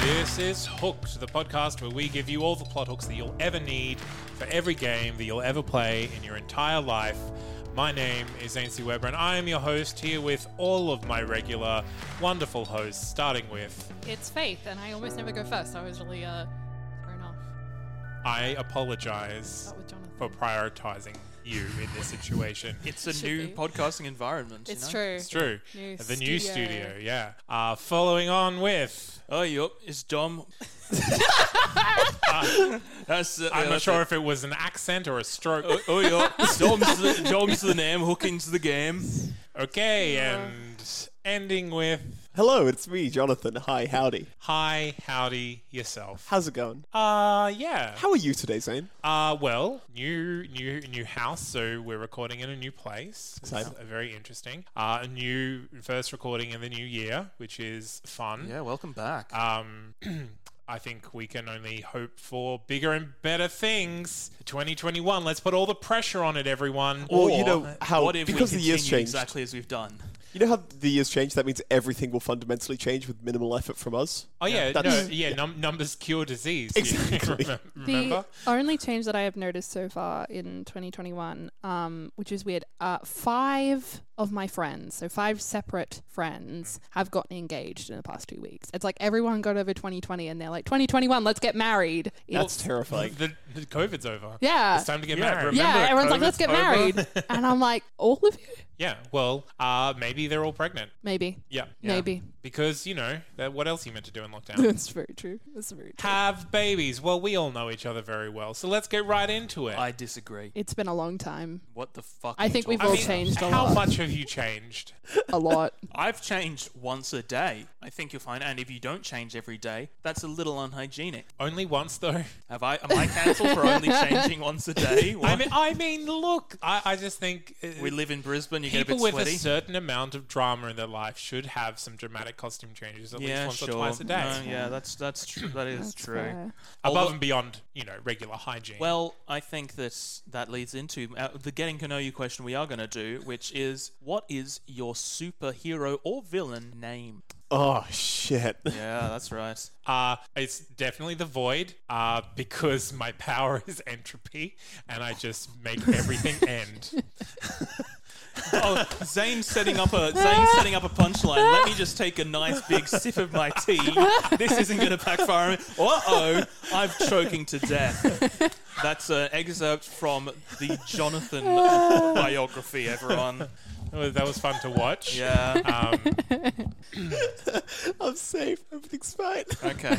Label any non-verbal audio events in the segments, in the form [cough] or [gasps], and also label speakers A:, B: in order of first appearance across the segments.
A: This is Hooked, the podcast where we give you all the plot hooks that you'll ever need for every game that you'll ever play in your entire life. My name is Ainsley Weber, and I am your host here with all of my regular, wonderful hosts, starting with
B: It's Faith, and I almost never go first. I was really uh, thrown off.
A: I apologize
B: Start with Jonathan.
A: for prioritizing you in
B: [laughs]
A: this situation.
C: It's a
B: Should
C: new
B: be.
C: podcasting environment.
B: It's
C: you know?
B: true.
A: It's true.
B: New
A: the new
B: studio.
A: studio, yeah. Uh, following on with.
C: Oh, yup, it's [laughs] Dom. that's uh,
A: I'm not
C: that's
A: sure
C: it.
A: if it was an accent or a stroke.
C: Oh, oh yup, Dom's the, Dom's the name. Hooking's the game.
A: Okay, and ending with
D: Hello, it's me, Jonathan. Hi, howdy.
A: hi, howdy yourself.
D: How's it going?
A: Uh, yeah.
D: How are you today, Zane?
A: Uh, well, new new new house, so we're recording in a new place. It's
D: Exciting.
A: uh, very interesting. Uh, a new first recording in the new year, which is fun.
C: Yeah, welcome back.
A: Um, I think we can only hope for bigger and better things. 2021. Let's put all the pressure on it, everyone.
D: Well, you know how
C: what if
D: because
C: we
D: the year's
C: continue
D: changed.
C: exactly as we've done?
D: You know how the year's changed. That means everything will fundamentally change with minimal effort from us.
A: oh yeah, no,
D: that's-
A: yeah. Num- numbers cure disease. [laughs] Exactly. Remember?
E: The only change that I have noticed so far in 2021, um, which is weird, uh, five of my friends, so five separate friends, have gotten engaged in the past two weeks. It's like everyone got over 2020 and they're like, 2021, let's get married.
D: That's
E: It's-
D: terrifying.
A: the, the COVID's over.
E: Yeah.
A: It's time to get
C: Yeah,
A: married.
C: remember
E: yeah,
C: that
E: everyone's like,
C: COVID's
E: let's get
C: over."
E: married.
A: [laughs]
E: and I'm like, all of you?
A: Yeah. Well, uh, maybe they're all pregnant.
E: Maybe.
A: Yeah.
E: Maybe. [laughs]
A: Because you know that. What else are you meant to do in lockdown?
E: That's very true. That's very true.
A: have babies. Well, we all know each other very well, so let's get right into it.
C: I disagree.
E: It's been a long time.
C: What the fuck?
E: I
C: are you
E: think we've
C: talking
E: all
C: about?
E: changed a
A: how
E: lot.
A: much have you changed?
E: A lot.
C: I've changed once a day. I think you'll find, and if you don't change every day, that's a little unhygienic.
A: Only once,
C: [laughs]
A: though.
C: Have I? Am I cancelled for only changing once a day?
A: I
C: What?
A: mean, I mean, look, I, I just think uh,
C: we live in Brisbane. You get a
A: people
C: bit
A: with
C: sweaty.
A: a certain amount of drama in their life should have some dramatic costume changes at least once
C: sure.
A: or twice a day,
C: No, yeah, that's that's true. That is true.
E: fair.
A: above
C: Although-
A: and beyond, you know, regular hygiene.
C: Well, I think that that leads into uh, the getting to know you question we are going to do, which is what is your superhero or villain name?
D: oh shit!
C: Yeah, that's right.
A: Uh, it's definitely the void uh, because my power [laughs] is entropy and I just make
C: [laughs]
A: everything end.
C: Oh, Zane's setting up a Zane's setting up a punchline. Let me just take a nice big sip of my tea. This isn't going to backfire. Uh oh, I'm choking to death. That's an excerpt from the Jonathan biography. Everyone,
A: That was- that was fun to watch.
C: yeah. [laughs]
A: Um,
D: I'm safe. Everything's fine.
C: Okay.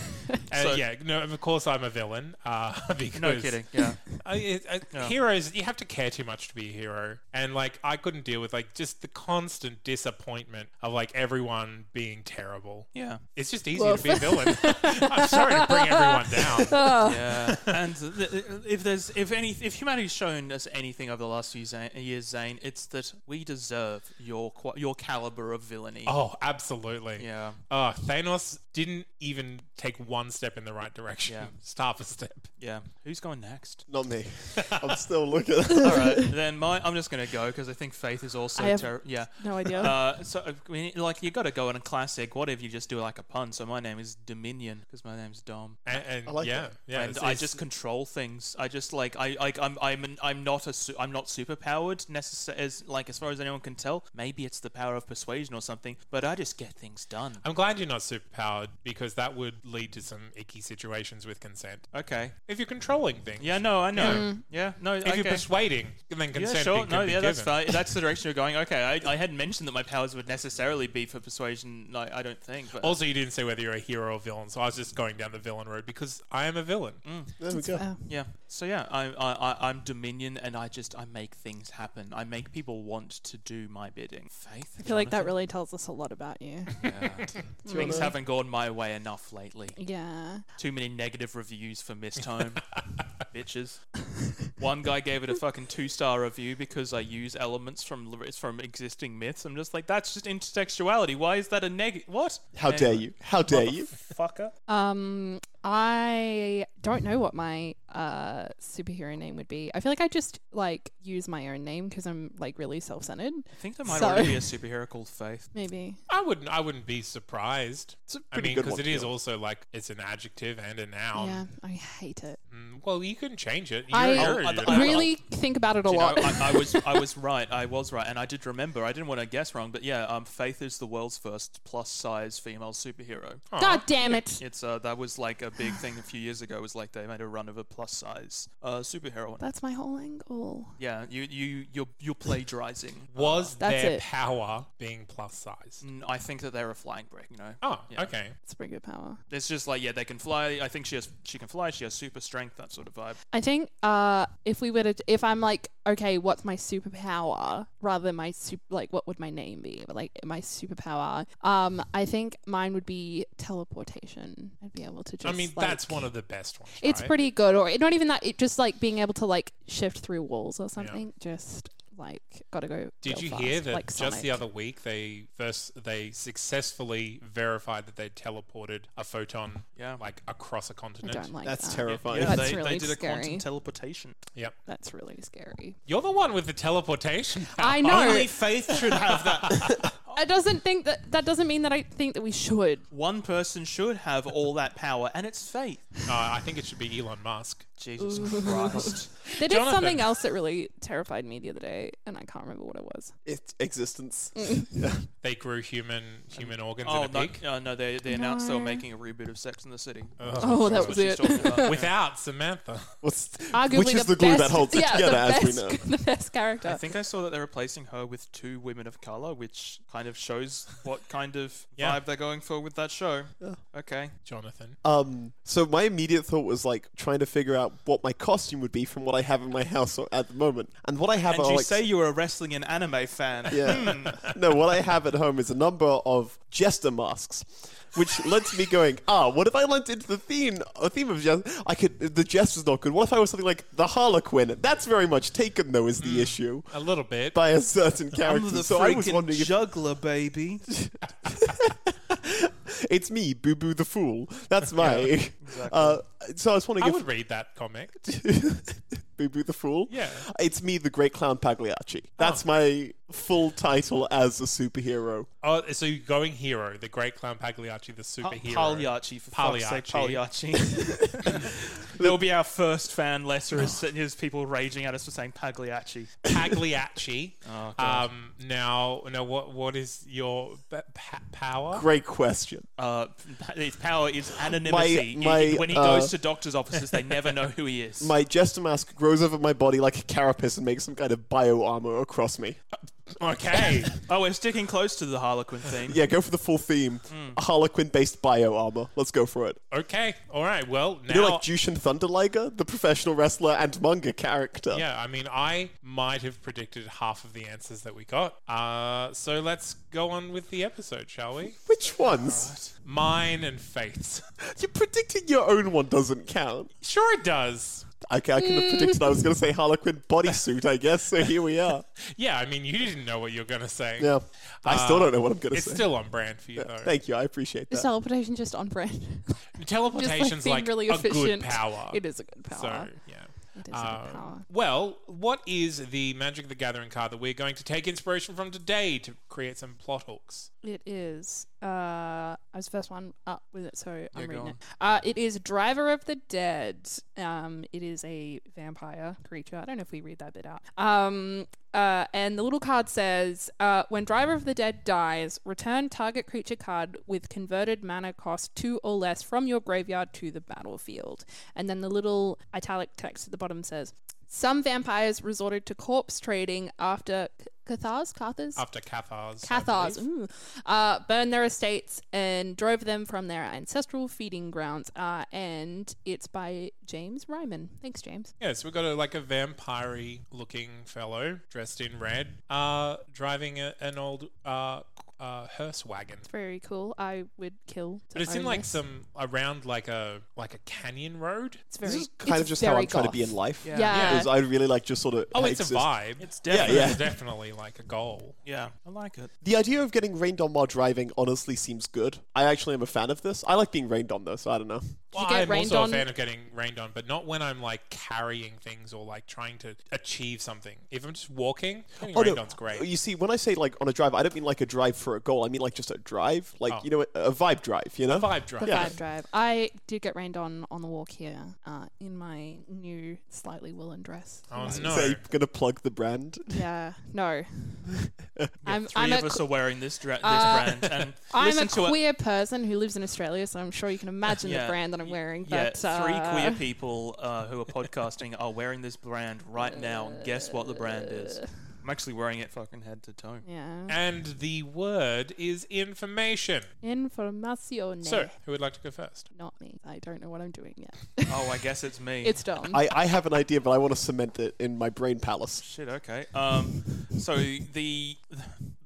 A: And
C: So-
A: yeah, no, of course I'm a villain. Uh, [laughs] because
C: No kidding. Yeah.
A: I, it- I-
C: Yeah.
A: Heroes, you have to care too much to be a hero, and like I couldn't deal with like just the constant disappointment of like everyone being terrible.
C: Yeah.
A: It's just easier to be a
D: [laughs]
A: villain. I'm sorry to bring everyone down.
C: Yeah. and th- th- if there's if any if humanity's shown us anything over the last few Zane, years, Zane, it's that we deserve your qua your caliber of villainy.
A: Oh, absolutely. Uh,
C: Yeah.
A: Oh, Thanos didn't even take one step in the right direction.
C: Yeah.
A: Just [laughs] half a step.
C: Yeah. Who's going next?
D: [laughs] Not me. I'm still looking.
E: [laughs]
C: All right. then my, I'm just going to go because I think Faith is also
E: I have-
C: terrible.
E: [laughs]
C: Yeah.
E: No
A: [laughs]
E: idea.
C: Uh, so I mean, like you got to go in a classic. What if you just do like a pun? So my name is Dominion because my name's Dom,
A: And, and
D: I like
A: yeah,
D: that.
A: yeah.
C: and
A: it's-
C: I
A: it's-
C: just control things. I just like I like I'm I'm an, I'm not a su- I'm not super powered necessar as like as far as anyone can tell. Maybe it's the power of persuasion or something, but I just get things done.
A: I'm glad you're not superpowered because that would lead to some icky situations with consent.
C: Okay.
A: If you're controlling things,
C: Yeah. No. I know. Yeah.
E: Mm.
C: No.
A: If
C: okay.
A: you're persuading, then consent
C: yeah, sure.
A: can
C: No,
A: be
C: yeah, that's
A: given. [laughs]
C: fine. That's the direction you're going. Okay, I, I hadn't mentioned that my powers would necessarily be for persuasion. Like, I don't think. But
A: Also, you didn't say whether you're a hero or villain, so I was just going down the villain road because I am a villain.
C: Mm.
D: there we
E: uh, Oh.
D: go.
C: Yeah. So yeah, I, I, I, I'm Dominion, and I just I make things happen. I make people want to do my bidding. Faith.
E: I feel like that really tells us a lot about you.
C: things haven't gone my way enough lately.
E: yeah.
C: Too many negative reviews for Missed
D: [laughs]
C: Home, bitches. One guy gave it a fucking two star review because I use elements from l- from existing myths. I'm just like, that's just intertextuality. Why is that a negative? What?
D: How dare you? How dare
C: Oh.
D: you?
C: fucker?
E: Um, I don't know what my uh superhero name would be. I feel like I just like use my own name because I'm like really self-centered.
C: I think there might
E: So-
C: already be a superhero called Faith.
E: Maybe.
A: I wouldn't. I wouldn't be surprised.
D: It's a
A: I
D: pretty
A: mean,
D: good
A: because
D: one,
A: it is
D: yeah.
A: also like it's an adjective and a
C: Um,
A: noun.
E: yeah, I hate it.
A: Mm, Well, you can change it. You're,
E: I
A: you're-
C: Oh,
A: you're
C: I-
A: an
E: really
A: adult.
E: think about it a
C: Do you know,
E: lot.
C: I, I was I was right. I was right, and I did remember. I didn't want to guess wrong, but yeah, um, Faith is the world's first plus-size female superhero.
E: God damn it.
C: It's uh, that was like a big thing a few years ago. Was like they made a run of a plus-size uh, superhero.
E: That's my whole angle.
C: Yeah, you you you're you're plagiarizing.
A: Was
E: That's
A: their
E: it.
A: power being plus size?
C: Mm, I think that they're a flying brick. You know.
A: Oh,
C: Yeah.
A: okay.
E: It's pretty good power.
C: It's just like yeah, they can fly. I think she has she can fly. She has super strength. That sort of vibe.
E: I think uh, if we were to, if I'm like, okay, what's my superpower rather than my super, like, what would my name be? But like, my superpower. Um, I think mine would be teleportation. I'd be able to just.
A: I mean,
E: like-
A: that's one of the best ones.
E: It's
A: right?
E: pretty good, or not even that. It just like being able to like shift through walls or something. Just like gotta go.
A: Did
E: real
A: you hear
E: fast,
A: that
E: like
A: just the
E: Sonic.
A: other week they first they successfully verified that they teleported a photon
C: Yeah.
A: like across a continent.
E: I don't like
D: That's
E: that.
D: terrifying. [laughs]
E: That's
C: they,
E: really
C: they did a
E: scary.
C: quantum teleportation.
A: Yep.
E: That's really scary.
A: You're the one with the teleportation.
E: [laughs] I
A: power.
E: know.
C: Only Faith should have that.
A: Oh.
E: I doesn't think that that doesn't mean that I think that we should.
C: One person should have all that power, and it's Faith.
A: [laughs] No, I think it should be Elon Musk.
C: Jesus
E: [laughs]
C: Christ.
E: There is
A: Jonathan.
E: something else that really terrified me the other day, and I can't remember what it was.
D: It, existence.
E: Mm.
D: [laughs]
A: They grew human human organs
C: Oh,
A: in a
C: no,
A: pig
C: uh, no, they, they announced they were making a reboot of Sex in the City.
E: Oh, that was
C: That's what she's
E: it.
C: talking about.
A: without Samantha. [laughs]
D: What's,
E: [laughs] Arguably
D: which is the, glue
E: best,
D: that holds it
E: yeah,
D: together,
E: the
D: as
E: best,
D: we
E: [laughs]
D: know.
E: The best character.
C: I think I saw that they're replacing her with two women of color, which kind of shows what kind of
A: [laughs] Yeah.
C: vibe they're going for with that show. Okay.
A: Jonathan.
E: Uh,
D: Um, so my immediate thought was like trying to figure out what my costume would be from what I have in my house or- at the moment, and what I have.
C: and
D: are
C: you
D: like,
C: say you were a wrestling and anime fan. Hmm.
D: [laughs] yeah. no, what I have at home is a number of jester masks, which led to me going, ah, what if I lent into the theme, a theme of jest? I could the jester's not good. What if I was something like the Harlequin? That's very much taken though is the issue
A: A little bit.
D: by a certain character.
C: I'm the
D: so I was
C: freaking
D: wondering if
C: juggler, baby.
D: it's me, Boo Boo the Fool. That's my. uh, so I was wondering
A: I
D: if
A: would read that
E: [laughs]
A: comic.
D: [laughs] Boo Boo the Fool.
A: Yeah.
D: It's me, the Great Clown Pagliacci. That's my full title as a superhero.
A: Oh, so you're going hero, the great clown Pagliacci, the
C: Pa-
A: superhero.
C: Uh, Pagliacci, for fuck's sake, Pagliacci.
D: [laughs]
C: [laughs] There'll be our first fan letter is,
D: Oh.
C: is people raging at us for saying Pagliacci.
D: [laughs]
A: Pagliacci.
D: Oh,
A: um, now, now, what what is your p- pa- power?
D: Great question.
C: Uh, his power is anonymity.
D: My- my,
C: He- when he
D: uh,
C: goes to doctor's offices, they never know who he is. [laughs]
D: My jester mask grows over my body like a carapace and makes some kind of bio armor across me.
A: Okay.
C: oh, we're sticking close to the Harlequin theme.
D: Yeah, go for the full theme.
A: Hmm.
D: A Harlequin based bio armor. Let's go for it.
A: okay. All right. Well, now.
D: You know, like Jushin Thunderliger, the professional wrestler and manga character.
A: yeah, I mean, I might have predicted half of the answers that we got. Uh, so let's go on with the episode, shall we?
D: Which ones?
A: Mine and Faith's. [laughs]
D: You're predicting your own one doesn't count.
A: Sure, it does.
D: I, I could have predicted I was going to say Harlequin bodysuit, I guess. So here we are.
A: Yeah, I mean, you didn't know what you were going to say.
D: Yeah. I still don't know what I'm going to
A: It's
D: say.
A: still on brand for you, though.
D: [laughs] Thank you. I appreciate
E: Is
D: that.
E: teleportation just on brand? [laughs] just
A: Teleportation's
E: being
A: like, a good power.
E: It is a good power.
A: So, yeah.
E: It is a
A: Um,
E: good power.
A: Well, what is the Magic the Gathering card that we're going to take inspiration from today to create some plot hooks?
E: It is. Uh, I was the first one up with it, so I'm
A: Yeah, go
E: reading it.
A: on.
E: Uh, it is Driver of the Dead. Um, it is a vampire creature. I don't know if we read that bit out. Um, uh, and the little card says, uh, when Driver of the Dead dies, return target creature card with converted mana cost two or less from your graveyard to the battlefield. And then the little italic text at the bottom says, some vampires resorted to corpse trading after Cathars, Cathars,
A: After Cathars. I
E: Cathars
A: believe.
E: ooh, uh, burned their estates and drove them from their ancestral feeding grounds. Uh, and it's by James Ryman. Thanks, James.
A: Yeah, so we've got a, like a vampire looking fellow dressed in red, uh, driving a, an old uh, uh, hearse wagon.
E: Very cool. I would kill. To
A: But it's in
E: own
A: like
E: this.
A: some around like a like a canyon road.
E: It's very.
D: this is kind of
E: it's
D: just how
E: very
D: I'm trying to be
E: goth.
D: in life.
E: Yeah.
D: Is I really like just sort of.
A: Oh, it's a
D: exist.
A: vibe. It's
D: definitely- yeah.
A: definitely like a goal.
C: Yeah, I like it.
D: The idea of getting rained on while driving honestly seems good. I actually am a fan of this. I like being rained on though, so I don't know.
A: Well,
E: get
A: I'm
E: rained
A: also
E: on-
A: a fan of getting rained on, but not when I'm like carrying things or like trying to achieve something. If I'm just walking, getting rained on's great.
D: Oh, You see, when I say like on a drive, I don't mean like a drive for a goal. I mean like just a drive, like you know, a, a vibe drive. You know,
A: Oh.
D: [laughs]
A: Vibe drive.
E: The vibe drive. I did get rained on on the walk here uh, in my new, slightly woolen dress.
A: Oh
D: So
A: no!
D: you're gonna plug the brand.
E: Yeah.
C: [laughs]
E: No. I'm,
C: 3
E: I'm a, Uh,
C: of us are wearing this, dra- this brand, and
E: [laughs] I'm
C: listen
E: a
C: to
E: queer person who lives in Australia, so I'm sure you can imagine the brand that I'm wearing.
C: yeah,
E: but uh,
C: three
E: [laughs]
C: queer people uh, who are podcasting are wearing this brand right now, and guess what the brand is? I'm actually wearing it fucking head to toe.
E: Uh, Yeah.
A: And the word is information.
E: Informacione.
A: So, who would like to go first?
E: Not me. I don't know what I'm doing yet.
C: Oh, I guess it's me.
E: [laughs] it's dumb.
D: I, I have an idea, but I want to cement it in my brain palace.
C: Shit. Okay. Um. So the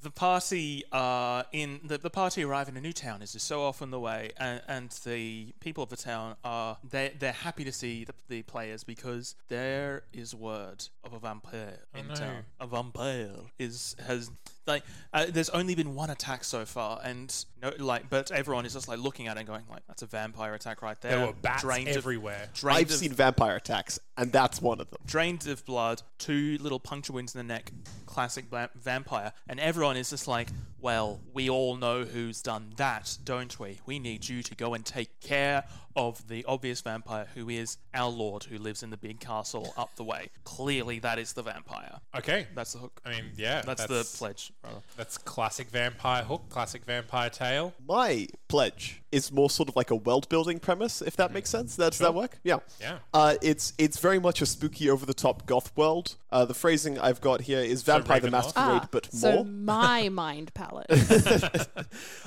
C: the party uh in the, the party arrive in a new town is just so off on the way, and, and the people of the town are they they're happy to see the, the players because there is word of a vampire
A: Oh,
C: in town. A vampire is has like uh, there's only been one attack so far, and no like but everyone is just like looking at it and going like that's a vampire attack right there.
A: There were bats
C: Drained of-
A: everywhere.
C: drained
D: I've
C: of-
D: seen vampire attacks, and that's one of them.
C: drained of blood, two little puncture wounds in the neck, classic va- vampire. And everyone is just like, well, we all know who's done that, don't we? We need you to go and take care of the obvious vampire who is our lord who lives in the big castle up the way. Clearly, that is the vampire.
A: Okay.
C: That's the hook.
A: I mean, yeah.
C: that's, the pledge, rather.
A: That's classic vampire hook, classic vampire tale.
D: My pledge is more sort of like a world building premise, if that makes sense. That, Does that work? Yeah.
A: Yeah.
D: Uh, it's it's very much a spooky, over the top goth world. Uh, the phrasing I've got here is vampire the
A: Ravenloft?
D: masquerade, but
E: so
D: more [laughs]
E: my mind palette.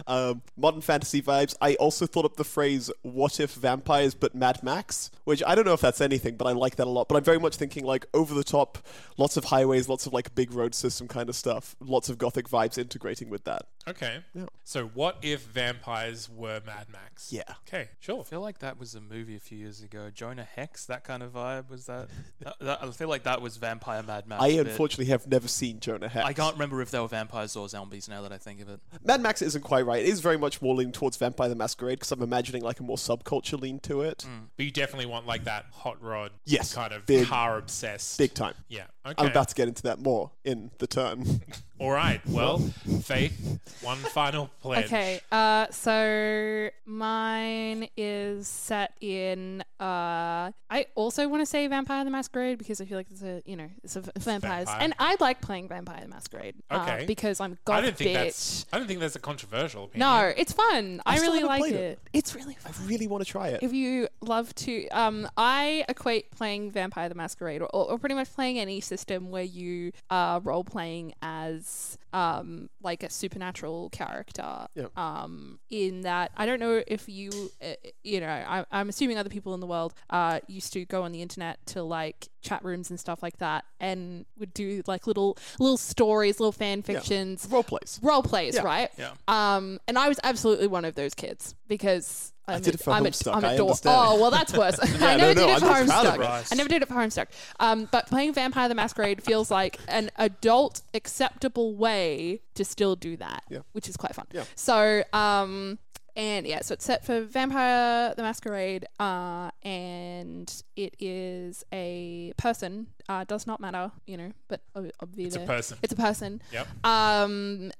D: um, modern fantasy vibes. I also thought up the phrase "What if vampires but Mad Max," which I don't know if that's anything, but I like that a lot. But I'm very much thinking like over the top, lots of highways, lots of like big road system kind of stuff, lots of gothic vibes integrating with that.
A: Okay. So, what if vampires were Mad Max?
D: Yeah.
A: Okay, sure.
C: I feel like that was a movie a few years ago. Jonah Hex, that kind of vibe. Was that? that, that- I feel like that was Vampire Mad Max.
D: I
C: a bit.
D: unfortunately have never seen Jonah Hex.
C: I can't remember if they were vampires or zombies now that I think of it.
D: Mad Max isn't quite right. It is very much more leaning towards Vampire the Masquerade because I'm imagining like a more subculture lean to it.
C: Mm.
A: But you definitely want like that hot rod
D: Yes,
A: kind of
D: big-
A: car obsessed.
D: Big time.
A: Yeah. Okay.
D: I'm about to get into that more in
C: [laughs]
D: the term.
A: All right. Well, Faith, one final pledge.
E: okay. Uh, so mine is set in. Uh, I also want to say Vampire the Masquerade because I feel like it's a you know it's a v- vampires,
A: Vampire.
E: and I like playing Vampire the Masquerade. uh,
A: Okay.
E: because I'm god
A: I don't think
E: bitch.
A: that's I don't think that's a controversial opinion.
E: no, it's fun. I,
D: I still
E: really
D: haven't
E: like
D: played
E: it.
D: it.
E: It's really fun.
D: I really want to try it.
E: if you love to um i equate playing vampire the masquerade or, or pretty much playing any system where you are role playing as um like a supernatural character
D: Yeah.
E: um in that i don't know if you uh, you know I, i'm assuming other people in the world uh used to go on the internet to like chat rooms and stuff like that and would do like little little stories little fan fictions
D: Role plays.
E: role plays, right?
C: Yeah.
E: Um, and I was absolutely one of those kids because I'm
D: did it for
E: I'm a,
D: Homestuck,
E: I'm
D: I
E: a dork.
D: understand.
E: Oh well, that's
D: [laughs]
E: worse. I
D: no,
E: never
D: no,
E: did
D: I'm
E: it for
D: just proud of
E: Homestuck.
D: us.
E: I never did it for Homestuck. Um, but playing Vampire the Masquerade feels like an adult acceptable way to still do that,
D: Yeah.
E: which is quite fun. So, um, and yeah, so it's set for Vampire the Masquerade, uh, and it is a person. Uh, does not matter, you know, but ob- obviously it's
A: a person.
E: It's a person.
A: Yep.
E: Um,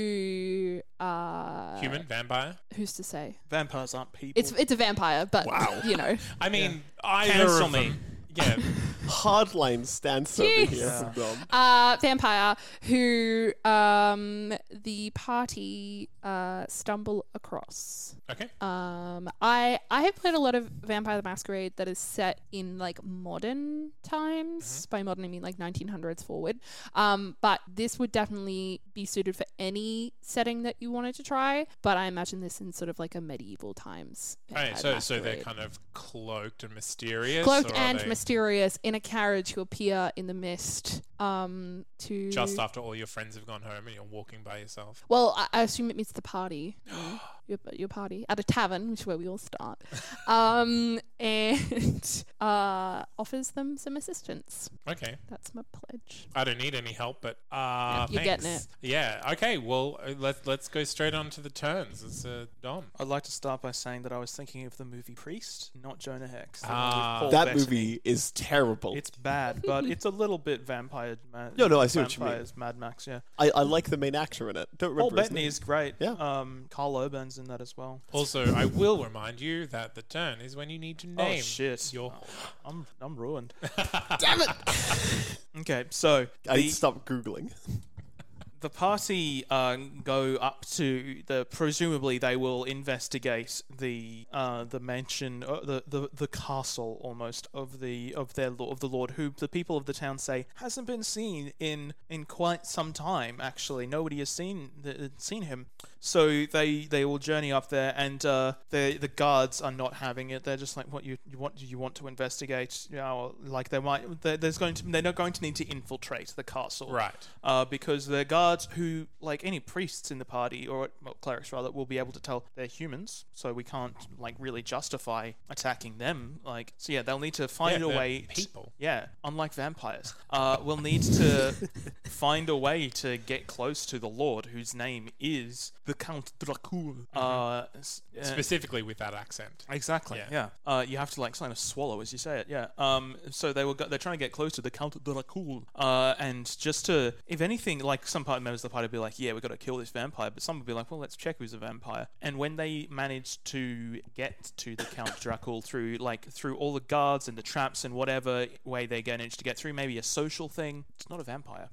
E: who uh,
A: Human, vampire.
E: who's to say?
C: Vampires aren't people.
E: It's it's a vampire, but [laughs] you know.
A: I mean, either
C: Cancel
A: of them.
C: me.
A: Yeah.
E: [laughs]
D: Hardline stance over
E: Jeez.
D: here from Dom.
E: Uh, vampire who um, the party uh, stumble across.
A: Okay.
E: Um, I I have played a lot of Vampire the Masquerade that is set in like modern
A: Mm-hmm.
E: times. By modern I mean like 1900s forward. Um, but this would definitely be suited for any setting that you wanted to try. But I imagine this in sort of like a medieval times.
A: All right,
E: Vampire
A: so
E: the
A: so they're
E: Masquerade.
A: kind of cloaked and mysterious.
E: cloaked
A: or are
E: and
A: they
E: mysterious in a carriage who appear in the mist um to
A: Just after all your friends have gone home and you're walking by yourself.
E: well I, I assume it means
A: [gasps]
E: the party you know, your, your party at a tavern which is where we all start um [laughs] and uh offers them some assistance
A: Okay.
E: that's my pledge
A: I don't need any help, but uh,
E: You're
A: thanks.
E: getting it.
A: Yeah. Okay. Well, uh, let's let's go straight on to the turns. It's uh, Dom.
C: I'd like to start by saying that I was thinking of the movie Priest, not Jonah Hex. the one with
A: Ah.
C: Paul
D: That
C: Bettany.
D: movie is terrible.
C: It's bad, but it's a little bit vampire. Ma-
D: [laughs] No, no, I see what you mean.
C: vampires, Mad Max, yeah.
D: I, I like the main actor in it. Don't
C: Paul
D: remember his
C: Bettany
D: name.
C: is great.
D: Yeah.
C: Um, Carl Urban's in that as well.
A: Also, I will remind you that the turn is when you need to name
C: Oh shit!
A: your.
C: I'm I'm ruined.
D: Damn it!
C: [laughs] Okay, so
D: I need
C: the,
D: to stop googling.
C: the party uh, go up to the. Presumably, they will investigate the uh, the mansion, uh, the, the the castle almost of the of their lo- of the lord, who the people of the town say hasn't been seen in in quite some time. Actually, nobody has seen the, seen him. So they they all journey up there, and uh, the the guards are not having it. They're just like, "What you, you want? You want to investigate? You know, like they might. there- There's going to they're not going to need to infiltrate the castle,
A: Right.
C: Uh, because the guards who like any priests in the party or well, clerics rather will be able to tell they're humans, so we can't like really justify attacking them. Like so, yeah, they'll need to find
A: Yeah,
C: a
A: they're
C: way. t-
A: people.
C: yeah, unlike vampires, uh, we'll
A: [laughs]
C: need to find a way to get close to the Lord, whose name is the Count Dracul.
A: Mm-hmm.
C: Uh, s- uh,
A: Specifically with that accent.
C: Exactly.
A: Yeah.
C: Yeah. Uh, you have to like kind of swallow as you say it. Yeah. Um. So they were go- they're trying to get close to the Count Dracul. Uh. And just to, if anything, like some part members of the party would be like, yeah, we got to kill this vampire, but some would be like, well, let's check who's a vampire. And when they managed to get to the Count [laughs] Dracul through like through all the guards and the traps and whatever way they managed to get through, maybe a social thing. It's not
A: [gasps]
C: a vampire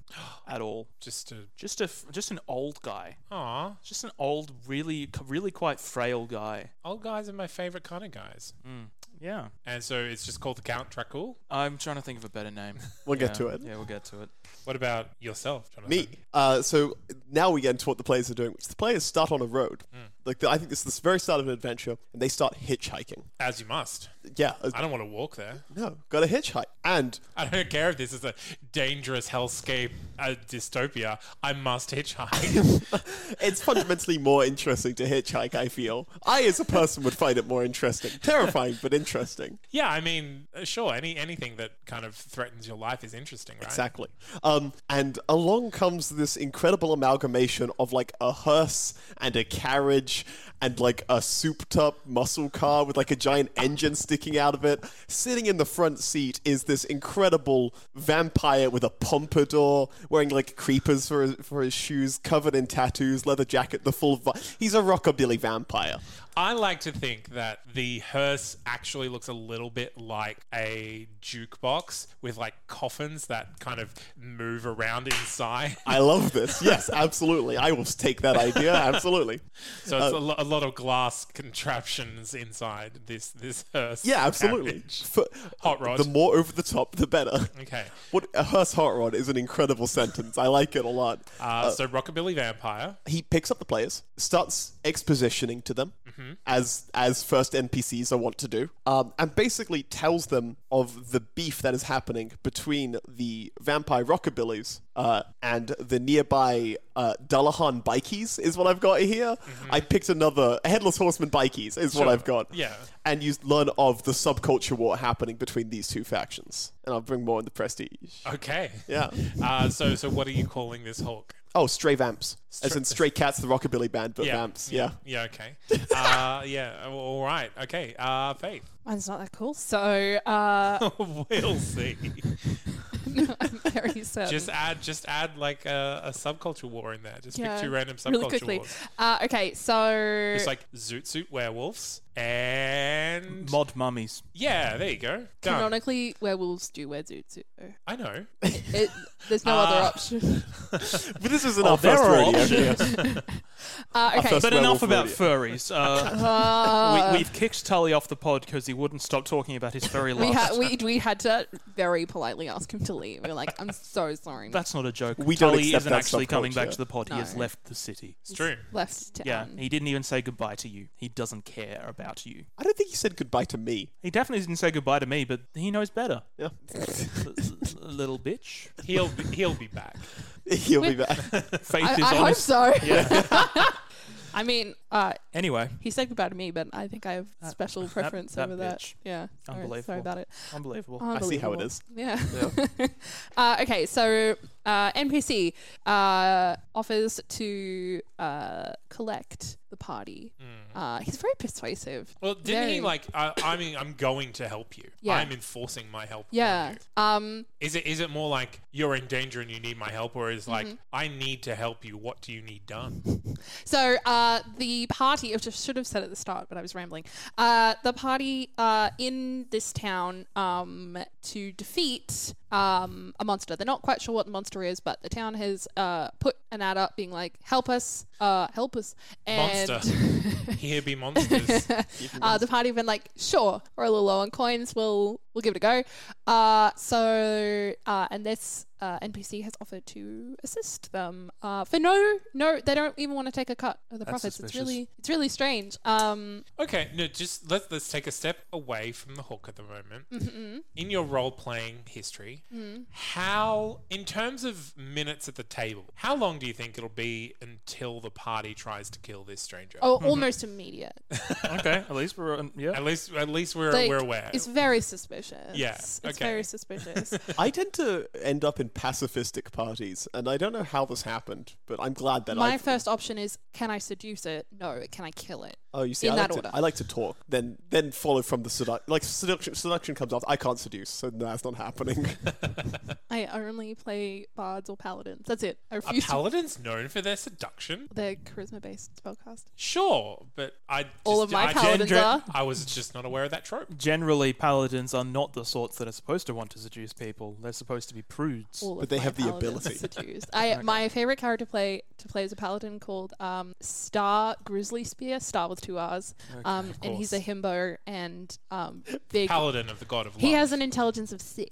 C: at all.
A: Just uh, to.
C: Just a f- just an old guy.
A: Aw,
C: Just an old, really, really quite frail guy.
A: old guys are my favorite kind of guys. Mm.
C: Yeah.
A: And so it's just called the Count Dracul.
C: I'm trying to think of a
E: [laughs]
C: better name.
D: We'll get
C: Yeah,
D: to it.
C: Yeah, we'll get to it.
A: What about yourself, Jonathan?
D: Me. Uh, so now we get into what the players are doing, which the players start on a road.
C: Mm.
D: Like the, I think this is the very start of an adventure, and they start hitchhiking.
A: As you must.
D: Yeah, uh,
A: I don't want to walk there.
D: no, got to hitchhike, and [laughs]
A: I don't care if this is a dangerous hellscape, a dystopia. I must
D: [laughs]
A: hitchhike.
D: it's fundamentally more interesting to hitchhike. I feel I, as a person, would find it more interesting, terrifying but interesting.
A: yeah, I mean, uh, sure. Any anything that kind of threatens your life is interesting, right?
D: Exactly. Um, and along comes this incredible amalgamation of like a hearse and a carriage and like a souped up muscle car with like a giant engine sticking out of it. Sitting in the front seat is this incredible vampire with a pompadour, wearing like creepers for his, for his shoes, covered in tattoos, leather jacket, the full. Vi- He's a rockabilly vampire.
A: I like to think that the hearse actually looks a little bit like a jukebox with like coffins that kind of move around [laughs] inside.
D: I love this. Yes, absolutely. I will take that idea. Absolutely.
A: So
D: Uh,
A: it's a, lo- a lot of glass contraptions inside this this hearse.
D: Yeah, absolutely.
A: carriage.
D: For-
A: Hot rod.
D: The more over the top, the better.
A: Okay.
D: What a hearse hot rod is an incredible sentence. I like it a lot.
A: Uh, so rockabilly vampire.
D: He picks up the players, starts expositioning to them, as as first NPCs are wont to do, um, and basically tells them of the beef that is happening between the vampire rockabillies uh, and the nearby uh, Dullahan bikies is what I've got here. I picked another headless horseman bikies is what I've got.
A: Yeah.
D: and you learn of the subculture war happening between these two factions, and I'll bring more in the prestige.
A: Okay.
D: Yeah.
A: [laughs] Uh, so, so what are you calling this Hulk?
D: Oh, stray vamps, as in stray cats, the rockabilly band, but vamps. Yeah.
A: Yeah. Okay. uh, [laughs] yeah. All right. Okay. Uh, Faith. [laughs]
E: Mine's not that cool. So uh, [laughs]
A: we'll
D: [laughs]
A: see.
E: no, I'm very certain.
A: Just add, just add like a, a subculture war in there. Just
E: Yeah.
A: pick two random subculture
E: really quickly.
A: wars.
E: Uh, okay, so
A: It's like Zoot Suit werewolves and
C: Mod [laughs] mummies.
A: yeah. There you go. Done.
E: canonically, werewolves do wear zoot
A: [laughs]
E: suit. though.
A: I know.
E: It, there's no
A: Ah.
E: other option.
D: But this isn't
C: Oh,
D: our
C: there
D: first
C: are
D: rodeo. [laughs]
C: options.
D: Yeah.
E: Uh, okay,
D: first-
C: But enough
D: Werewolf
C: about
D: rodeo.
C: furries. Uh,
E: [laughs]
C: we, we've kicked Tully off the pod because he wouldn't stop talking about his furry
A: [laughs]
E: we,
C: life.
E: ha- we we had to very politely ask him to leave. We are like, I'm so sorry.
C: That's not a joke.
D: We don't
C: Tully
D: accept
C: isn't
D: that
C: actually coming back
D: subculture.
C: to the pod. He has
E: No.
C: left the city.
A: It's true.
E: left town.
C: Yeah, he didn't even say goodbye to you. He doesn't care about you.
D: I don't think he said goodbye to me.
C: He definitely didn't say goodbye to me, but he knows better. [laughs]
D: [laughs] Yeah.
C: L- l-
E: [laughs]
C: little bitch.
A: He'll be, he'll be back.
D: He'll be back.
C: Faith
E: I,
C: is
E: I hope
C: honest.
E: so. [laughs] I mean, uh,
C: Anyway,
E: he said goodbye to me, but I think I have special preference
C: that
E: over that.
C: bitch.
E: Yeah, sorry-
C: Unbelievable.
E: Sorry about it. Um,
C: unbelievable.
D: I see [laughs] how it
E: Unbelievable.
D: is.
E: Yeah. [laughs] uh, okay, so uh, NPC uh, offers to uh, collect the party. Uh, he's very persuasive.
A: Well, didn't he
E: Very.
A: like? Uh, I mean, I'm going to help you.
E: Yeah.
A: I'm enforcing my help. on
E: Yeah.
A: you.
E: Um.
A: Is it is it more like you're in danger and you need my help, or is
E: Mm-hmm.
A: like I need to help you? What do you need
E: [laughs]
A: done?
E: So uh, the party, which I should have said at the start, but I was rambling. Uh, the party uh, in this town um, to defeat um, a monster. They're not quite sure what the monster is, but the town has uh, put an ad up being like, "Help us, uh, help us!"
A: Monster.
E: And [laughs]
A: [laughs] Here be monsters.
E: uh, the party have been like, "Sure, we're a little low on coins. We'll we'll give it a go." Uh, so uh, and this uh, NPC has offered to assist them uh, for no no they don't even want to take a cut of the profits. It's
C: suspicious.
E: really it's really strange. Um,
A: okay, no, just let's let's take a step away from the hook at the moment.
E: Mm-hmm.
A: In your role playing history, how in terms of minutes at the table, how long do you think it'll be until the party tries to kill this stranger? [laughs]
E: oh, almost immediate.
C: okay, at least we're on, yeah.
A: At least at least we're
E: Like,
A: we're aware.
E: It's very suspicious.
A: Yeah,
E: It's
A: okay. [laughs]
E: very suspicious.
D: I tend to end up in pacifistic parties, and I don't know how this happened, but I'm glad that
E: My
D: I've-
E: first option is can I seduce it? No. Can I kill it?
D: Oh, you see,
E: in
D: I,
E: that
D: like
E: order.
D: To, I like to talk, then then follow from the seduction. Like seduction, seduction comes after. I can't seduce, so no, that's
C: [laughs]
D: not happening.
E: I only play bards or paladins. That's it. I
A: Are
E: refuse. to
A: paladins known for their seduction?
E: They're charisma based spellcast.
A: Sure, but I just,
E: All of my
A: I,
E: paladins
A: gendre-
E: are.
A: I was just not aware of that trope.
C: Generally, paladins are not the sorts that are supposed to want to seduce people. They're supposed to be prudes.
E: all
D: But
E: of
D: they
E: my
D: have the
E: paladins
D: ability.
E: [laughs] seduced. I my favorite character play to play is a paladin called um, Star Grizzly Spear, Star with two R's, um, and he's a himbo and um, big.
A: Paladin of the god of love.
E: he has an intelligence of 6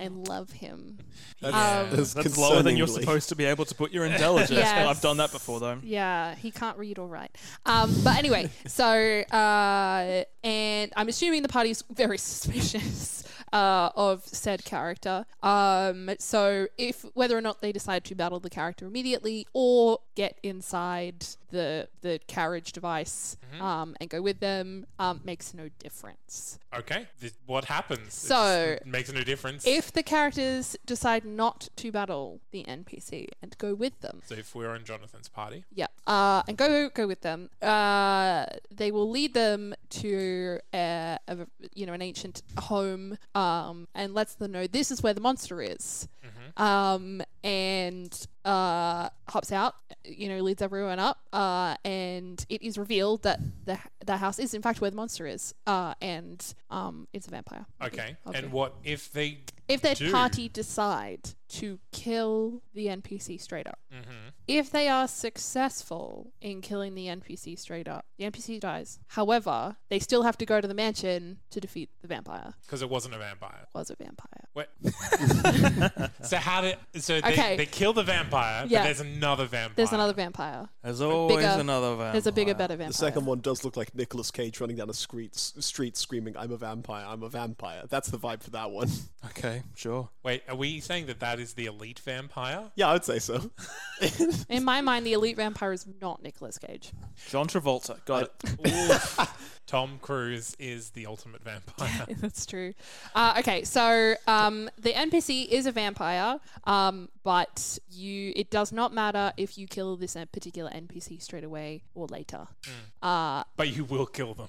E: I love him.
D: That's, that's
E: Um,
C: That's lower than you're
D: concerningly-
C: supposed to be able to put your
E: [laughs]
C: intelligence.
E: Yes.
C: I've done that before, though.
E: Yeah, he can't read or write. Um, but anyway, so uh, and I'm assuming the party's very [laughs] suspicious uh, of said character. Um, so if whether or not they decide to battle the character immediately or get inside the the carriage device um, and go with them um, makes no difference.
A: Okay. Th- what happens? It
E: So,
A: just makes no difference.
E: If the characters decide not to battle the NPC and go with them,
A: so if we're on Jonathan's party,
E: Yeah. Uh, and go go with them. Uh, they will lead them to uh, a, you know an ancient home um, and lets them know this is where the monster is. Um, and uh, hops out, you know, leads everyone up. Uh, and it is revealed that the the house is in fact where the monster is. Uh, and um, it's a vampire.
A: okay.
E: Okay.
A: And what if they
E: If their
A: do?
E: party decide to kill the NPC straight up. If they are successful in killing the NPC straight up, the NPC dies. However, they still have to go to the mansion to defeat the vampire.
A: because it wasn't a vampire.
E: Was a vampire. [laughs]
A: Wait. so how did so they,
E: Okay.
A: they kill the vampire?
E: Yeah.
A: But there's another vampire.
E: There's another vampire.
C: There's always
E: Bigger-
C: another vampire.
E: There's a bigger, better vampire.
D: The second one does look like Nicolas Cage running down a street, s- street screaming, I'm a vampire, I'm a vampire. That's the vibe for that one. [laughs]
C: Okay, sure.
A: Wait, are we saying that that is the elite
E: [laughs]
A: vampire?
D: Yeah, I would say so. [laughs]
E: In my mind, the elite vampire is not Nicolas Cage. [laughs]
C: John Travolta. Got it.
A: Oof. Tom Cruise is the ultimate
E: [laughs]
A: vampire.
E: That's true. Uh, okay, so um, the NPC is a vampire, um, but you it does not matter if you kill this uh, particular NPC straight away or later. Uh,
A: but you will kill them.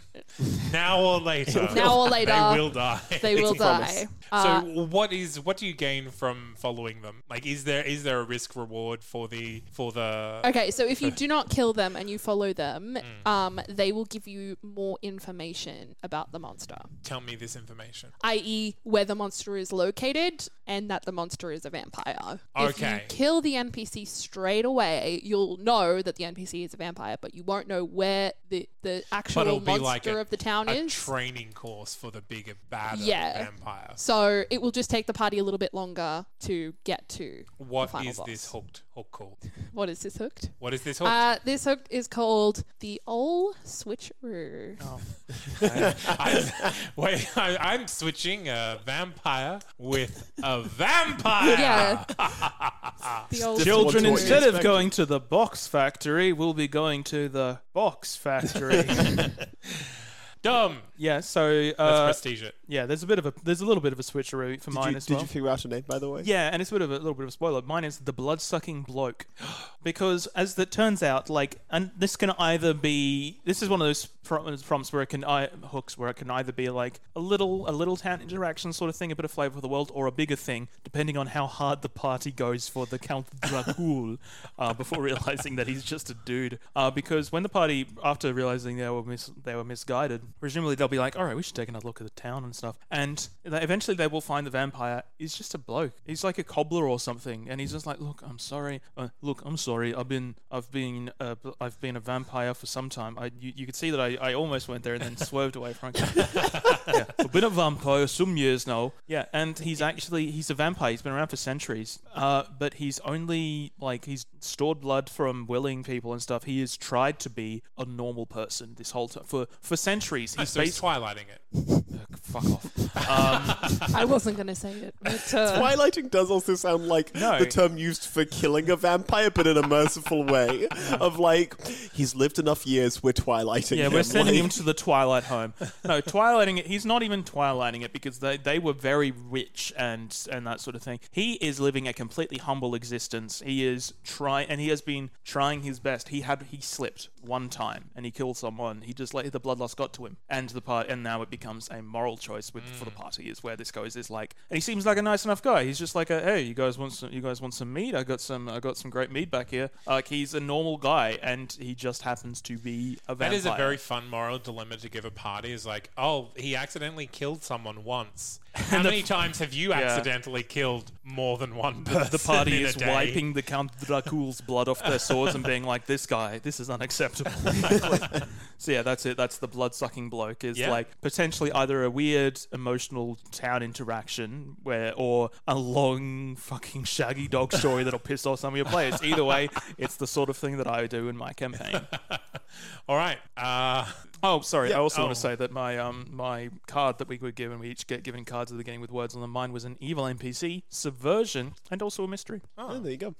A: Now or [laughs] later.
E: [laughs] Now or later.
A: They will die.
E: they will die. Uh,
A: so what is what do you gain from following them? Like is there is there a risk reward for the for the
E: okay,
A: [laughs]
E: so if you do not kill them and you follow them,
A: Mm.
E: um, they will give you more information about the monster,
A: tell me this information?
E: i.e., where the monster is located and that the monster is a vampire. If
A: Okay.
E: you kill the NPC straight away, you'll know that the NPC is a vampire, but you won't know where the, the actual
A: But it'll
E: monster
A: be like a,
E: of the town
A: a
E: is.
A: training course for the bigger badder
E: Yeah.
A: vampire.
E: so it will just take the party a little bit longer to get to
A: What
E: the final
A: is
E: boss.
A: this hooked hook called?
E: What is this hooked?
A: What is this hooked? [laughs]
E: Uh, this hook is called the Old Switcheroo.
A: I, wait, I, I'm switching a vampire with a vampire.
E: [laughs] Yeah. the old
C: Children, [laughs]
D: Different
C: instead
D: toys.
C: of going to the box factory, will be going to the box factory. [laughs]
A: Dumb.
C: yeah. So
A: Let's
C: uh,
A: prestige it.
C: yeah, there's a bit of a there's a little bit of a switcheroo for
D: Did,
C: mine
D: you,
C: as
D: did
C: well.
D: you figure out her name, by the way?
C: Yeah, and it's a bit of a little bit of a spoiler. Mine is the blood sucking bloke, [gasps] because as it turns out, like, and this can either be this is one of those prom- prompts where it can I, hooks where it can either be like a little a little town interaction sort of thing, a bit of flavor for the world, or a bigger thing, depending on how hard the party goes for the Count Dracul, uh, before realizing that he's just a dude. Uh, because when the party after realizing they were mis- they were misguided, presumably they'll be like, all right, we should take another look at the town and stuff, and they, eventually they will find the vampire is just a bloke. He's like a cobbler or something, and he's just like, "Look, I'm sorry. Uh, look, I'm sorry. I've been, I've been, uh, bl- I've been a vampire for some time. I, you, you could see that I, I almost went there and then swerved away, frankly. yeah, [laughs] I've been a vampire some years now. Yeah, and he's actually he's a vampire. He's been around for centuries. Uh, but he's only like he's stored blood from willing people and stuff. He has tried to be a normal person this whole time for for centuries. [laughs] He's
A: So he's
C: basically
A: twilighting it.
C: fuck off. Um,
E: I wasn't going to say it. But, uh,
D: [laughs] Twilighting does also sound like
C: No.
D: the term used for killing a vampire, but in a
C: [laughs]
D: merciful way. Of like, he's lived enough years, we're twilighting
C: Yeah, [laughs]
D: him.
C: we're sending
D: like,
C: him to the Twilight Home. No, Twilighting it. He's not even Twilighting it because they, they were very rich and and that sort of thing. He is living a completely humble existence. He is try and he has been trying his best. He had he slipped one time and he killed someone. He just like the bloodlust got to him and the part and now it becomes a moral choice with for the
A: Mm.
C: party is where this goes is like and he seems like a nice enough guy. He's just like a hey you guys want some you guys want some meat? I got some I got some great meat back here. Like he's a normal guy and he just happens to be a vampire.
A: That is a very fun moral dilemma to give a party. Is like, oh, he accidentally killed someone
C: [laughs]
A: once. How many times have you accidentally killed more than one person? [laughs]
C: the party
A: in a
C: is
A: day?
C: wiping the Count Dracul's blood off their swords and being like, "This guy, this is
A: [laughs]
C: unacceptable." so yeah, that's it. That's the blood-sucking bloke is
A: Yeah.
C: like potentially either a weird emotional town interaction where, or a long fucking
A: [laughs]
C: shaggy dog story that'll piss off some of your players. Either way, it's the sort of thing that I do in my campaign.
A: All right. Uh,
C: Oh, sorry. I also
A: oh.
C: want to say that my um my card that we were given, we each get given cards at the beginning with words on them. Mine was an evil NPC, subversion, and also a mystery.
D: Oh, there you go.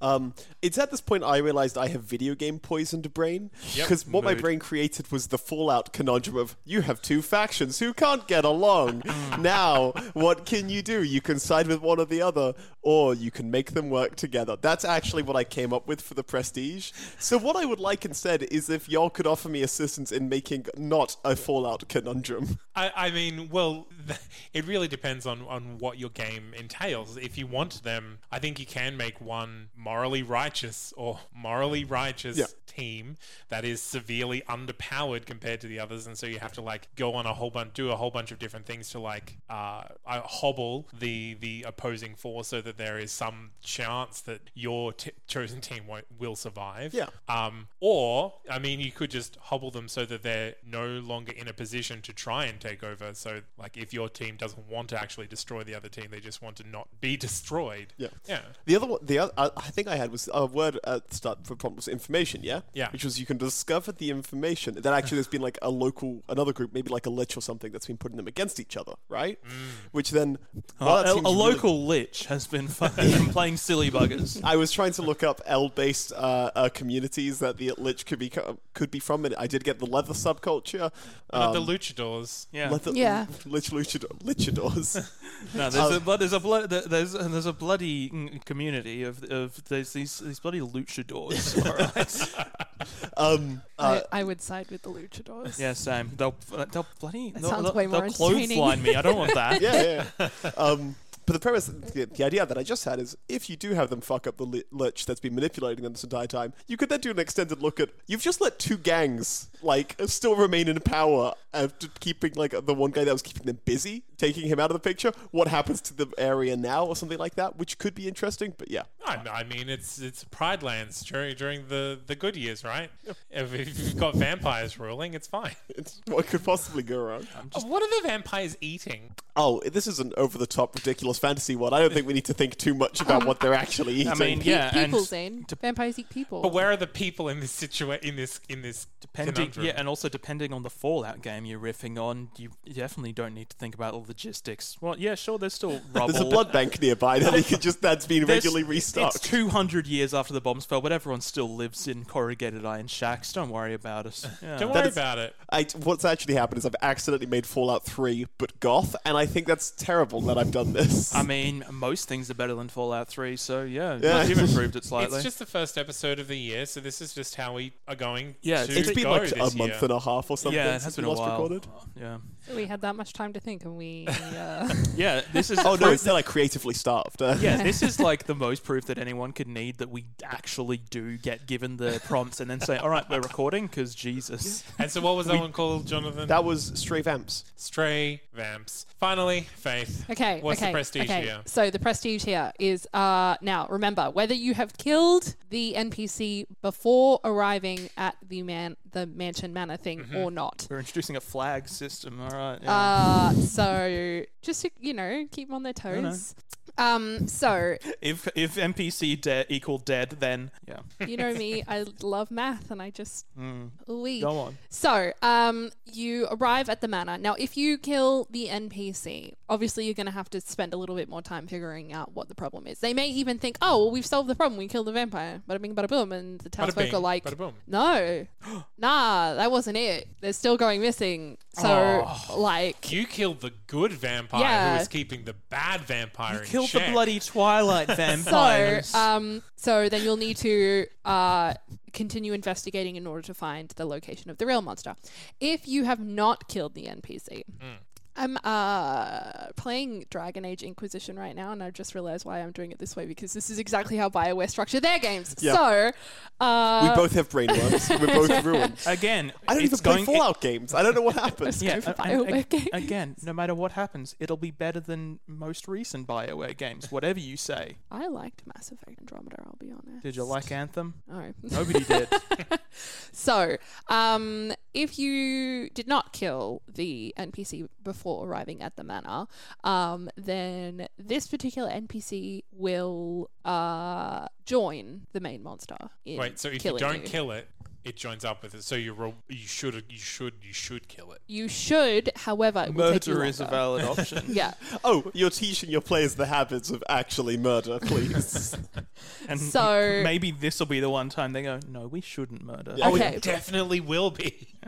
D: Um, it's at this point I realized I have video game poisoned brain because what my brain created was the Fallout conundrum of you have two factions who can't get along. now, what can you do? You can side with one or the other, or you can make them work together. That's actually what I came up with for the Prestige. So what I would like instead is if y'all could offer me assistance in making not a Fallout conundrum.
A: I, I mean, well, [laughs] it really depends on, on what your game entails. If you want them, I think you can make one morally righteous or morally righteous
D: Yeah.
A: team that is severely underpowered compared to the others, and so you have to like go on a whole bunch, do a whole bunch of different things to like uh, uh, hobble the the opposing force so that there is some chance that your t- chosen team won't, will survive.
D: Yeah.
A: Um, or, I mean, you could just hobble them so that they're no longer in a position to try and take over. So, like, if your team doesn't want to actually destroy the other team, they just want to not be [laughs] destroyed.
D: Yeah.
A: Yeah.
D: The other one, the other, I I think I had was a word at the start for prompt was information, yeah?
A: Yeah.
D: Which was you can discover the information that actually there's been like a local, another group, maybe like a lich or something that's been putting them against each other, right?
A: Mm.
D: Which then. while that
C: Uh, a, a
D: seems really-
C: local lich has been
D: [laughs]
C: fucking playing silly buggers.
D: I was trying to look up L-based uh, uh, communities that the lich could be could be from, and I did get the leather subculture.
A: Not
D: Um,
A: the luchadors.
C: Yeah.
D: leather,
E: Yeah.
D: Lich luchador,
A: [laughs]
D: lichadors.
C: No, there's a but there's a blood there's there's a bloody mm, community of of there's these these bloody luchadors.
D: [laughs]
C: all right.
D: um, uh,
E: I, I would side with the luchadors.
C: [laughs] Yeah, same. They'll uh, they'll bloody
E: That
C: they'll,
E: sounds
C: they'll,
E: way more
C: they'll clothesline
E: entertaining.
C: me. I don't want
D: [laughs]
C: that.
D: yeah, yeah. yeah. um, but the premise, the, the idea that I just had is if you do have them fuck up the li- lich that's been manipulating them this entire time, you could then do an extended look at you've just let two gangs like still remain in power after keeping like the one guy that was keeping them busy, taking him out of the picture. What happens to the area now, or something like that, which could be interesting. But yeah, [laughs]
A: I, I mean, it's it's Pride Lands during, during the, the good years, right? If, if you've got vampires ruling, it's fine.
D: it's, what could possibly go wrong?
C: Um,
A: what are the vampires eating?
D: Oh, this is an over-the-top, ridiculous fantasy one. I don't think we need to think too much about what they're actually eating.
C: I mean,
E: Eat
C: yeah,
E: people,
C: and
E: Zane.
C: dep-
E: Vampires eat people.
A: But where are the people in this situa- in this in this
C: depending,
A: conundrum?
C: yeah, and also depending on the Fallout game you're riffing on, you definitely don't need to think about the logistics. Well, yeah, sure, there's
D: [laughs]
C: still rubble.
D: There's a blood bank nearby that they could just that's been
C: Oh. [laughs] There's-
D: regularly restocked.
C: It's 200 years after the bomb spell, but everyone still lives in corrugated iron shacks. Don't worry about
D: [laughs]
C: it. Yeah.
A: Don't worry
D: is-
A: about it.
D: I, what's actually happened is I've accidentally made Fallout 3 but goth, and I think that's terrible that I've done this.
C: I mean, most things are better than Fallout 3, so yeah,
D: Yeah.
C: you've
D: [laughs]
C: improved it slightly.
A: It's just the first episode of the year, so this is just how we are going. to
C: Yeah, it's-
D: it's been
A: go
D: like a
A: this
D: month
A: year.
D: and a half or something
C: yeah, it has
D: since
C: been
D: we
C: a
D: last
C: while.
D: recorded.
C: Yeah,
E: we had that much time to think, and we. Uh, [laughs]
C: yeah. This is
D: [laughs] Oh no, it's not like creatively starved. Uh,
C: [laughs] yeah. This is like the most proof that anyone could need that we actually do get given
D: [laughs]
C: the prompts and then say, "All right, we're recording," because Jesus.
A: And so, what was that one called, Jonathan?
D: That was Stray Vamps.
A: Stray Vamps. Finally, Faith.
E: Okay.
A: What's
E: okay,
A: the prestige
E: okay.
A: here?
E: So the prestige here is uh, now remember whether you have killed the NPC before arriving at the man the mansion manor thing or not.
C: We're introducing a flag system. All right. Yeah.
E: Uh, so just to, you know keep 'em on their toes. Um, so
C: if if NPC de- equal dead, then yeah.
E: you know me, I love math, and I just
A: Mm.
E: we
C: Go on.
E: So, um, you arrive at the manor. Now, if you kill the NPC, obviously you're going to have to spend a little bit more time figuring out what the problem is. They may even think, oh, well, we've solved the problem. We killed the vampire. Bada bing, bada boom. And the townsfolk
A: bing,
E: are like,
A: bada boom. [gasps]
E: no, nah, that wasn't it. They're still going missing. So,
A: Oh.
E: like,
A: You killed the good vampire
E: Yeah.
A: who was keeping the bad vampire in
C: Kill the
A: check.
C: bloody [laughs] Twilight
E: so,
C: vampires.
E: um, so then you'll need to uh, continue investigating in order to find the location of the real monster. If you have not killed the NPC, I'm uh, playing Dragon Age Inquisition right now, and I've just realized why I'm doing it this way because this is exactly how Bioware structure their games. So,
D: We
E: uh,
D: both have brainworms. We're
C: [laughs]
D: both ruined.
C: Again,
D: I don't
C: Uh, it's
D: even play
C: going, it-
D: Fallout games. I don't know what happens.
C: Yeah,
E: for
C: and- and
E: Bioware
C: ag-
E: games.
C: again, no matter what happens, it'll be better than most recent Bioware games. Whatever you say.
E: I liked Mass Effect Andromeda, I'll be honest.
C: Did you like Anthem?
E: No.
C: Nobody did.
E: So, um, if you did not kill the NPC before arriving at the manor, um, then this particular NPC will uh, join the main monster. In
A: Wait, so if you
E: killing
A: don't kill it, it joins up with it. So you re- you should you should you should kill it.
E: you should, however, it will take you
C: Murder is a
E: longer.
C: valid option.
E: Yeah.
D: Oh, you're teaching your players the habits of actually murder,
C: [laughs]
D: please.
C: And
E: So-
C: maybe this will be the one time they go, no, we shouldn't murder.
D: Yeah.
A: Oh,
E: Okay.
A: it definitely will be.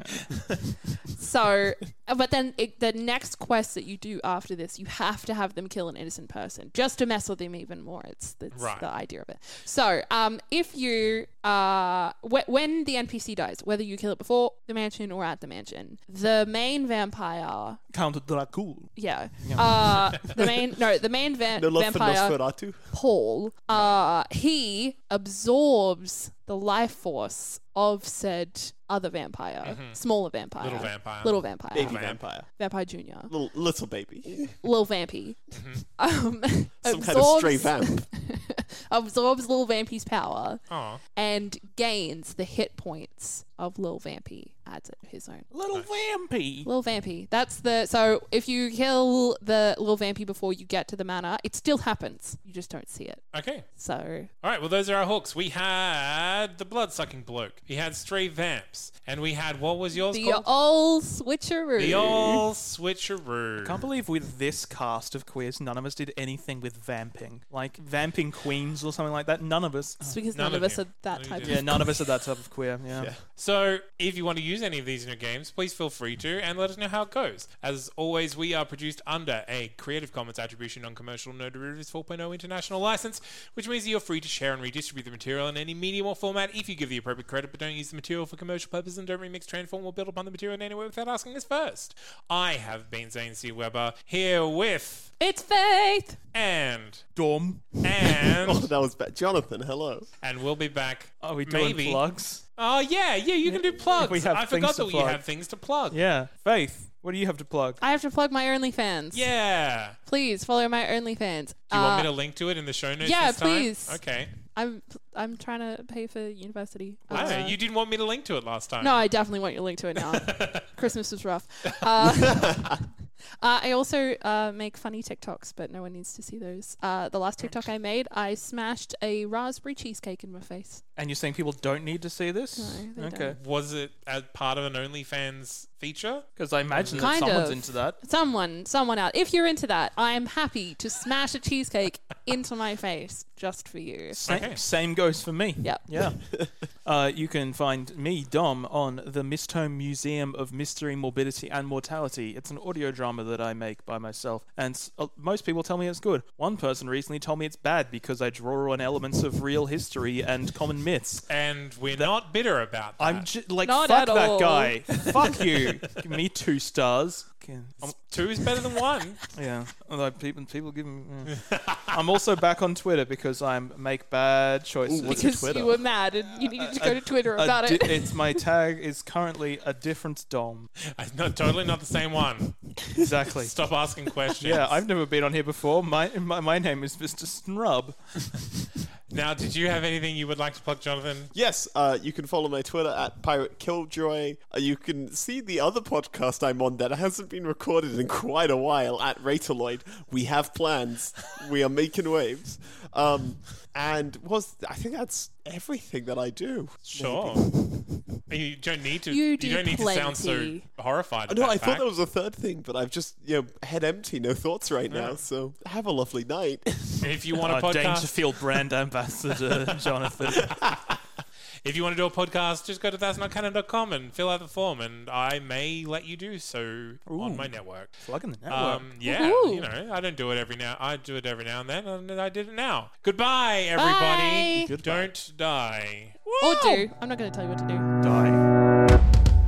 E: So, uh, but then it, the next quest that you do after this, you have to have them kill an innocent person just to mess with them even more. It's that's
A: Right.
E: the idea of it. So, um, if you uh, wh- when the NPC dies, whether you kill it before the mansion or at the mansion. The main vampire,
C: Count Dracul.
E: yeah, uh, the main no, the main
D: [laughs]
E: va-
D: No love
E: vampire,
D: for Nosferatu.
C: Oh,
E: Paul, uh, he absorbs the life force of said other vampire, smaller vampire,
A: Mm-hmm. Little vampire.
E: little vampire,
D: Baby vampire.
E: vampire junior,
D: Little, little baby.
E: little vampy,
A: Mm-hmm.
E: [laughs] um,
D: Some
E: absorbs,
D: kind of stray vamp.
E: absorbs little vampy's power
A: Aw.
E: and gains the hit points of Lil Vampy adds it his own.
C: Little vampy.
E: Lil Vampy. That's the so if you kill the Lil Vampy before you get to the manor, it still happens. You just don't see it.
A: Okay.
E: So
A: All right, well, those are our hooks. We had the blood-sucking bloke. He had stray vamps. And we had, what was yours
E: the
A: called?
E: old switcheroo.
A: the old switcheroo.
C: Can't believe with this cast of queers, none of us did anything with vamping, like vamping queens or something like that. None of us.
E: It's because
A: None
E: none,
A: of
E: of us
A: you.
E: are that
A: None
E: type.
A: of
E: Of
A: you
C: Yeah, none of us are that type of queer. Yeah.
A: So, if you want to use any of these in your games, please feel free to and let us know how it goes. As always, we are produced under a Creative Commons Attribution Non Commercial No Derivatives 4.0 international license, which means that you're free to share and redistribute the material in any medium or format if you give the appropriate credit, but don't use the material for commercial purposes and don't remix, transform, or build upon the material in any way without asking us first. I have been Zane C. Weber here with
E: It's faith.
A: and
C: Dom. [laughs]
D: [laughs] Oh,
A: and
D: that was bad. Jonathan, hello.
A: and we'll be back.
C: Are we doing
A: maybe.
C: plugs?
A: Oh yeah, yeah, you can do plugs.
C: We have
A: I
C: things
A: forgot that
C: to
A: you
C: plug.
A: have things to plug.
C: Yeah. Faith, what do you have to plug?
E: I have to plug my OnlyFans.
A: Yeah.
E: Please follow my OnlyFans.
A: Do you want me
E: Uh,
A: to link to it in the show notes?
E: yeah,
A: this time?
E: please.
A: Okay.
E: I'm I'm trying to pay for university.
A: Wow,
E: Uh,
A: you didn't want me to link to it last time.
E: No, I definitely want your link to
A: [laughs]
E: it now. Christmas was rough. Uh, [laughs] uh, I also uh, make funny TikToks, but no one needs to see those. Uh, the last TikTok I made, I smashed a raspberry cheesecake in my face.
C: And you're saying people don't need to see this?
E: No, they
C: okay.
A: Was it as part of an OnlyFans feature?
C: Because I imagine that
E: Kind
C: someone's
E: of.
C: into that.
E: [laughs] Someone, someone out. If you're into that, I am happy to smash a cheesecake into my face just for you.
C: Sa-
A: Okay.
C: Same goes for me.
E: Yep.
C: Yeah. [laughs] uh, you can find me, Dom, on the Mistome Museum of Mystery, Morbidity, and Mortality. It's an audio drama that I make by myself, and s- uh, most people tell me it's good. One person recently told me it's bad because I draw on elements of real history and common myths.
A: And we're not bitter about that.
C: I'm just like,
E: Not
C: fuck
E: at
C: that
E: all. [laughs]
C: guy. fuck you. Give me two stars. Um, Okay, I'm-
A: Two is better than
C: [laughs]
A: one.
C: yeah, although people people give me.
A: [laughs]
C: yeah. I'm also back on Twitter because I make bad
E: [laughs]
C: choices.
D: what's
E: Because
D: Twitter.
E: you were mad and you needed to go to
A: [laughs]
E: Twitter
C: a
E: about
C: di-
E: it.
C: It's my tag is currently a different
A: [laughs]
C: dom.
A: It's not, totally not the same one.
C: Exactly.
A: Stop asking
C: [laughs]
A: questions.
C: Yeah, I've never been on here before. My my, my name is Mr. Snrub.
A: Now, did you have anything you would like to plug, Jonathan?
D: Yes, uh, you can follow my Twitter at Pirate Killjoy. Uh, you can see the other podcast I'm on that hasn't been recorded in quite a while at Ratealoid. We have plans. we are making waves. Um, and was I think that's everything that I do.
A: Sure. you don't need to.
E: You
A: You,
E: do
A: don't need to sound so
E: plenty.
A: horrified. at
D: No,
A: that
D: I thought
A: fact.
D: that was a third thing, but I've just you know head empty, no thoughts right now. So have a lovely night.
A: If you
C: [laughs]
A: want a
C: Oh,
A: podcast,
C: Dangerfield brand ambassador
A: [laughs]
C: Jonathan.
A: If you want to do a podcast, just go to that'snotcanon.com and fill out the form, and I may let you do so on my network.
C: Plugging the network.
A: Um, yeah,
E: Woohoo.
A: you know, I don't do it every now. I do it every now and then, and I did it now. Goodbye,
E: Bye.
A: everybody. Don't die.
E: or do. I'm not going to tell you what to do.
C: Die.